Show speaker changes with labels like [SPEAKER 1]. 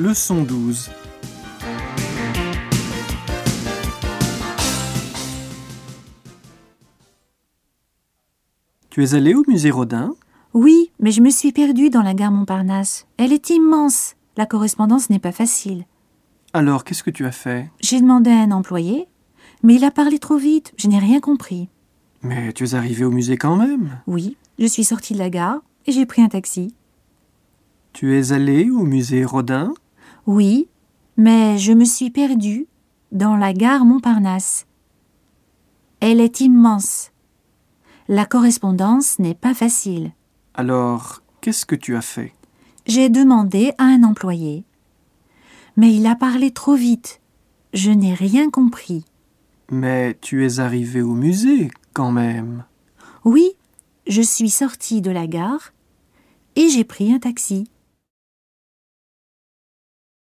[SPEAKER 1] Leçon 12 Tu es allé au musée Rodin
[SPEAKER 2] Oui, mais je me suis perdue dans la gare Montparnasse. Elle est immense. La correspondance n'est pas facile.
[SPEAKER 1] Alors, qu'est-ce que tu as fait
[SPEAKER 2] J'ai demandé à un employé, mais il a parlé trop vite. Je n'ai rien compris.
[SPEAKER 1] Mais tu es arrivé au musée quand même.
[SPEAKER 2] Oui, je suis sortie de la gare et j'ai pris un taxi.
[SPEAKER 1] Tu es allé au musée Rodin
[SPEAKER 2] Oui, mais je me suis perdue dans la gare Montparnasse. Elle est immense. La correspondance n'est pas facile.
[SPEAKER 1] Alors, qu'est-ce que tu as fait
[SPEAKER 2] J'ai demandé à un employé. Mais il a parlé trop vite. Je n'ai rien compris.
[SPEAKER 1] Mais tu es arrivé au musée quand même.
[SPEAKER 2] Oui, je suis sortie de la gare et j'ai pris un taxi.